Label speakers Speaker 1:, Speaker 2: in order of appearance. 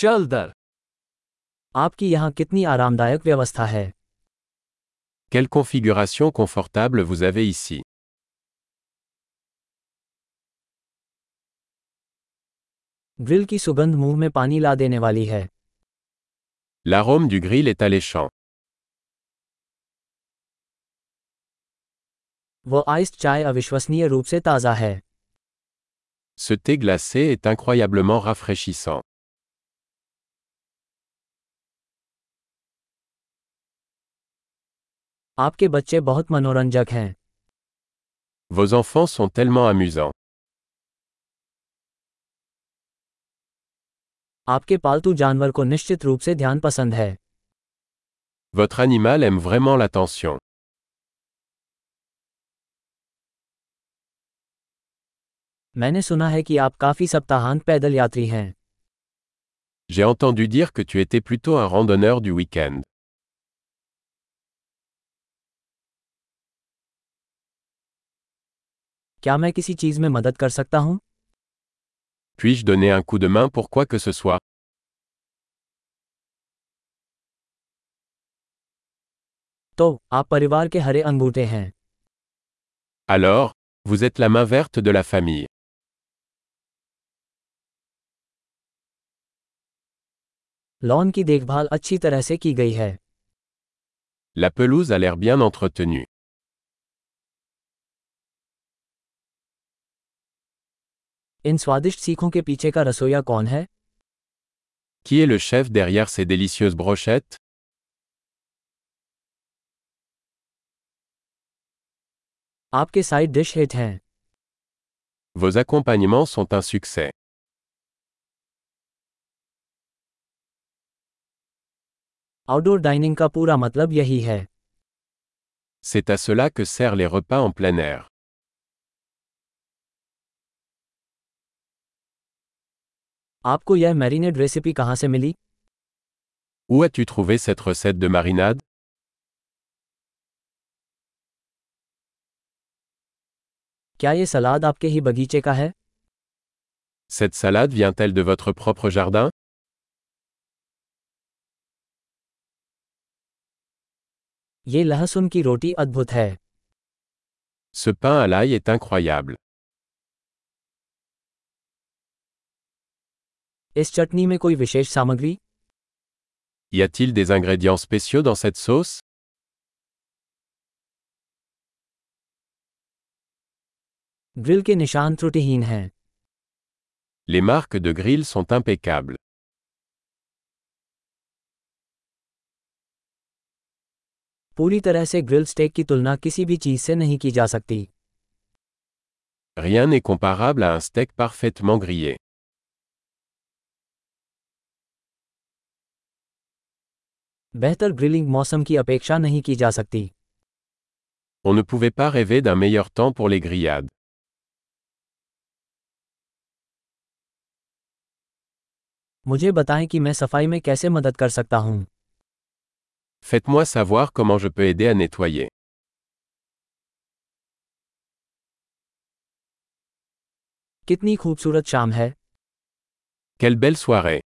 Speaker 1: चल दर
Speaker 2: आपकी यहाँ कितनी आरामदायक व्यवस्था है
Speaker 3: Quelle configuration confortable vous avez ici
Speaker 2: grill की सुगंध मुंह में पानी ला देने वाली है
Speaker 3: L'arôme du grill est alléchant.
Speaker 2: वह आइस्ड चाय अविश्वसनीय रूप से ताज़ा है
Speaker 3: Ce thé glacé est incroyablement rafraîchissant.
Speaker 2: आपके बच्चे बहुत मनोरंजक हैं
Speaker 3: Vos enfants sont tellement amusants.
Speaker 2: आपके पालतू जानवर को निश्चित रूप से ध्यान पसंद है
Speaker 3: Votre animal aime vraiment l'attention.
Speaker 2: मैंने सुना है कि आप काफ़ी सप्ताहांत पैदल यात्री हैं
Speaker 3: J'ai entendu dire que tu étais plutôt un randonneur du week-end.
Speaker 2: क्या मैं किसी चीज़ में मदद कर सकता हूँ
Speaker 3: Puis-je donner un coup de main pour quoi que ce soit
Speaker 2: तो आप परिवार के हरे अंगूठे हैं
Speaker 3: Alors, vous êtes la main verte de la famille.
Speaker 2: Lawn की देखभाल अच्छी तरह से की गई है
Speaker 3: La pelouse a l'air bien entretenue.
Speaker 2: इन स्वादिष्ट सीखों के पीछे का रसोईया कौन है
Speaker 3: Qui est le chef derrière ces délicieuses brochettes
Speaker 2: आपके साइड डिश हिट हैं
Speaker 3: Vos accompagnements sont un succès.
Speaker 2: Outdoor dining का पूरा मतलब यही है
Speaker 3: C'est à cela que servent les repas en plein air.
Speaker 2: आपको यह मैरिनेड रेसिपी कहाँ से मिली
Speaker 3: Où as-tu trouvé cette recette de marinade
Speaker 2: क्या ये सलाद आपके ही बगीचे का है
Speaker 3: Cette salade vient-elle de votre propre jardin
Speaker 2: ये लहसुन की रोटी अद्भुत है
Speaker 3: Ce pain à l'ail est incroyable.
Speaker 2: इस चटनी में कोई विशेष सामग्री
Speaker 3: Y a-t-il des ingrédients spéciaux dans cette sauce
Speaker 2: grill के निशान त्रुटिहीन हैं
Speaker 3: Les marques de grill sont impeccables.
Speaker 2: पूरी तरह से ग्रिल स्टेक की तुलना किसी भी चीज़ से नहीं की जा सकती
Speaker 3: Rien n'est comparable à un steak parfaitement grillé.
Speaker 2: बेहतर ग्रिलिंग मौसम की अपेक्षा नहीं की जा सकती
Speaker 3: On ne pouvait pas rêver d'un meilleur temps pour les grillades.
Speaker 2: मुझे बताएं कि मैं सफाई में कैसे मदद कर सकता हूँ
Speaker 3: Faites-moi savoir comment je peux aider à nettoyer.
Speaker 2: कितनी खूबसूरत शाम है
Speaker 3: Quelle belle soirée